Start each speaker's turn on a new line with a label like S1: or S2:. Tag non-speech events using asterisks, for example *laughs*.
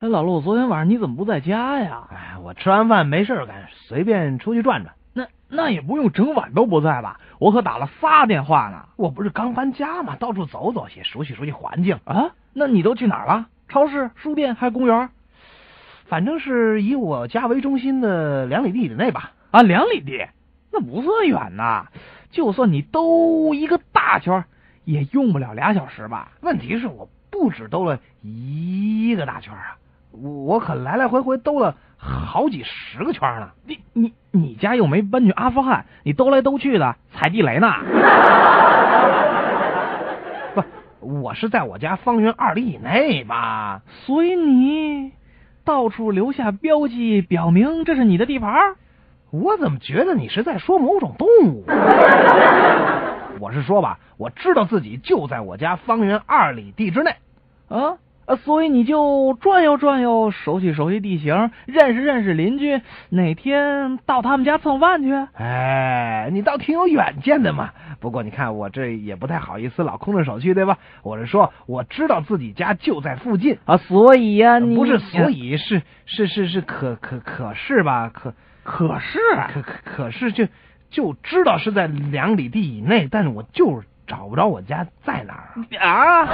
S1: 哎，老陆，昨天晚上你怎么不在家呀？
S2: 哎，我吃完饭没事儿干，随便出去转转。
S1: 那那也不用整晚都不在吧？我可打了仨电话呢。
S2: 我不是刚搬家嘛，到处走走，也熟悉熟悉环境。
S1: 啊，那你都去哪儿了？超市、书店还是公园？
S2: 反正是以我家为中心的两里地以内吧。
S1: 啊，两里地，那不算远呐。就算你兜一个大圈儿，也用不了俩小时吧？
S2: 问题是我不止兜了一个大圈儿啊，我我可来来回回兜了好几十个圈儿呢。
S1: 你你你家又没搬去阿富汗，你兜来兜去的踩地雷呢？
S2: 不，我是在我家方圆二里以内吧。
S1: 所以你到处留下标记，表明这是你的地盘儿。
S2: 我怎么觉得你是在说某种动物？啊 *laughs* 我是说吧，我知道自己就在我家方圆二里地之内。
S1: 啊，呃所以你就转悠转悠，熟悉熟悉地形，认识认识邻居，哪天到他们家蹭饭去？
S2: 哎，你倒挺有远见的嘛。不过你看我这也不太好意思老空着手去，对吧？我是说，我知道自己家就在附近，
S1: 啊，所以呀、你
S2: 呃不是所以是是是是可可可是吧？可
S1: 可是啊
S2: 可可可是就就知道是在两里地以内，但是我就是找不着我家在哪儿啊。
S1: 啊，